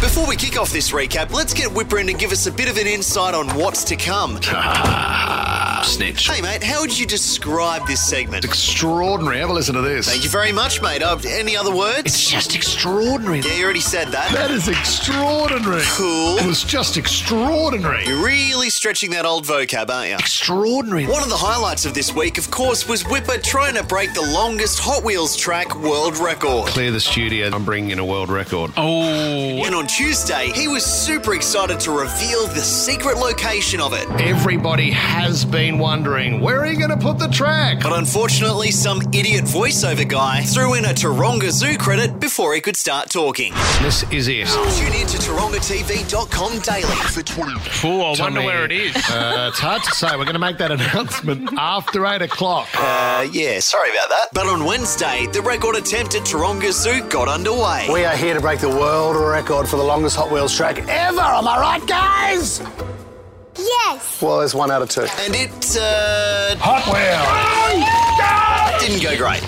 Before we kick off this recap, let's get Whipper in to give us a bit of an insight on what's to come. Snitch. Hey, mate, how would you describe this segment? Extraordinary. Have a listen to this. Thank you very much, mate. Uh, any other words? It's just extraordinary. Yeah, you already said that. That is extraordinary. Cool. It was just extraordinary. You're really stretching that old vocab, aren't you? Extraordinary. One of the highlights of this week, of course, was Whipper trying to break the longest Hot Wheels track world record. Clear the studio. I'm bringing in a world record. Oh, And on Tuesday, he was super excited to reveal the secret location of it. Everybody has been wondering where are you going to put the track? But unfortunately, some idiot voiceover guy threw in a Taronga Zoo credit before he could start talking. This is it. Tune in to TarongaTV.com daily for 20. fool! I wonder Tommy. where it is. Uh, it's hard to say. We're going to make that announcement after eight o'clock. Uh, yeah, sorry about that. But on Wednesday, the record attempt at Taronga Zoo got underway. We are here to break the world record for the longest Hot Wheels track ever. Am I right, guys? Yes. Well, there's one out of two. And it, uh, Hot Wheels! didn't go great.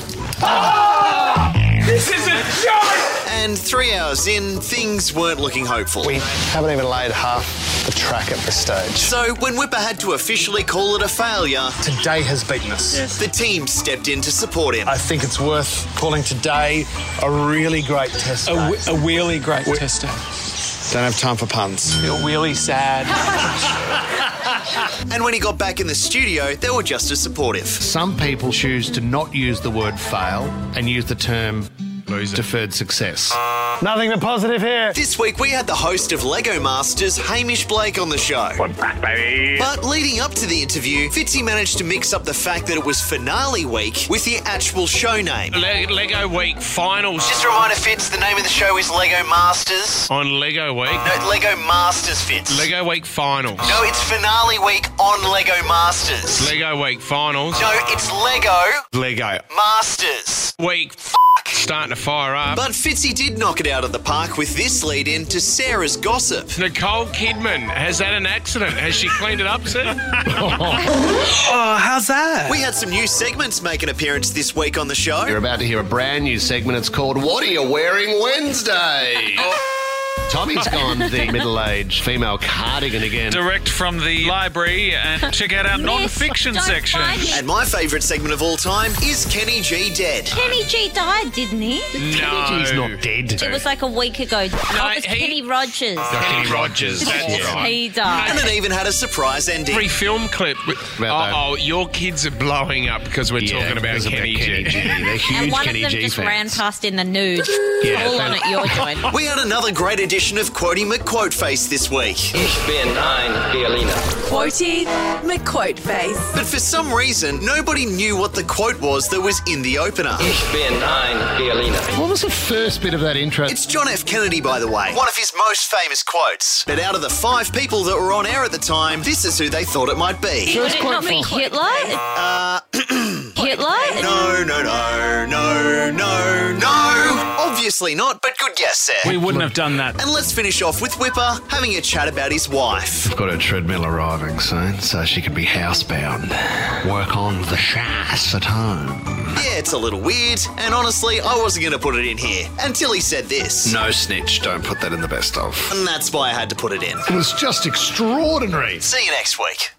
This is a joke! And three hours in, things weren't looking hopeful. We haven't even laid half the track at this stage. So when Whipper had to officially call it a failure, Today has beaten us. the team stepped in to support him. I think it's worth calling today a really great test. A, day. whe- a wheelie great tester. Don't have time for puns. You're wheelie sad. And when he got back in the studio, they were just as supportive. Some people choose to not use the word fail and use the term deferred success. Nothing but positive here. This week we had the host of Lego Masters, Hamish Blake, on the show. But leading up to the interview, Fitzy managed to mix up the fact that it was finale week with the actual show name. Le- Lego Week finals Just a reminder, Fitz, the name of the show is Lego Masters. on Lego Week. No, Lego Masters, Fitz. Lego Week finals. No, it's finale week on Lego Masters. Lego Week finals. no, it's Lego Lego Masters. Week. F- starting to fire up. But Fitzy did knock it out of the park with this lead in to Sarah's gossip. Nicole Kidman has had an accident. Has she cleaned it up, sir? Oh, how's that? We had some new segments make an appearance this week on the You're show. about to hear a brand new segment. It's called What Are You Wearing Wednesday? Tommy's gone the middle aged female cardigan again. direct from the library and check out our non-fiction Don't section. find me. And my favourite segment of all time is Kenny G Dead. Kenny G died, didn't he? no. He's not dead. It was like a week ago. oh, it was he- Kenny Rogers. Kenny Rogers. That's Yeah. right. He died. And it even had a surprise Every ending. film clip. About that. Oh, your kids are blowing up because we're Yeah, talking about it's Kenny, G. They're huge And one Kenny of them G just fans. ran past in the nude. Yeah, All that- on at your joint. We had another great edition of Quotey McQuoteface this week. Ich bin ein Berliner. Quotey McQuote face. But for some reason, nobody knew what the quote was that was in the opener. Ich bin ein Berliner. What was the first bit of that intro? It's John F. Kennedy, by the way, one of his most famous quotes. But out of the five people that were on air at the time, this is who they thought it might be. Would it not be Hitler? Uh, Hitler? No, no, no, no, no, no. Obviously not, but good guess, Seth. We wouldn't have done that. And let's finish off with Whipper having a chat about his wife. Got her treadmill arriving soon, so she can be housebound. Work on the shafts at home. Yeah, it's a little weird, and honestly, I wasn't gonna put it in here until he said this. No snitch, don't put that in the best of. And that's why I had to put it in. It was just extraordinary. See you next week.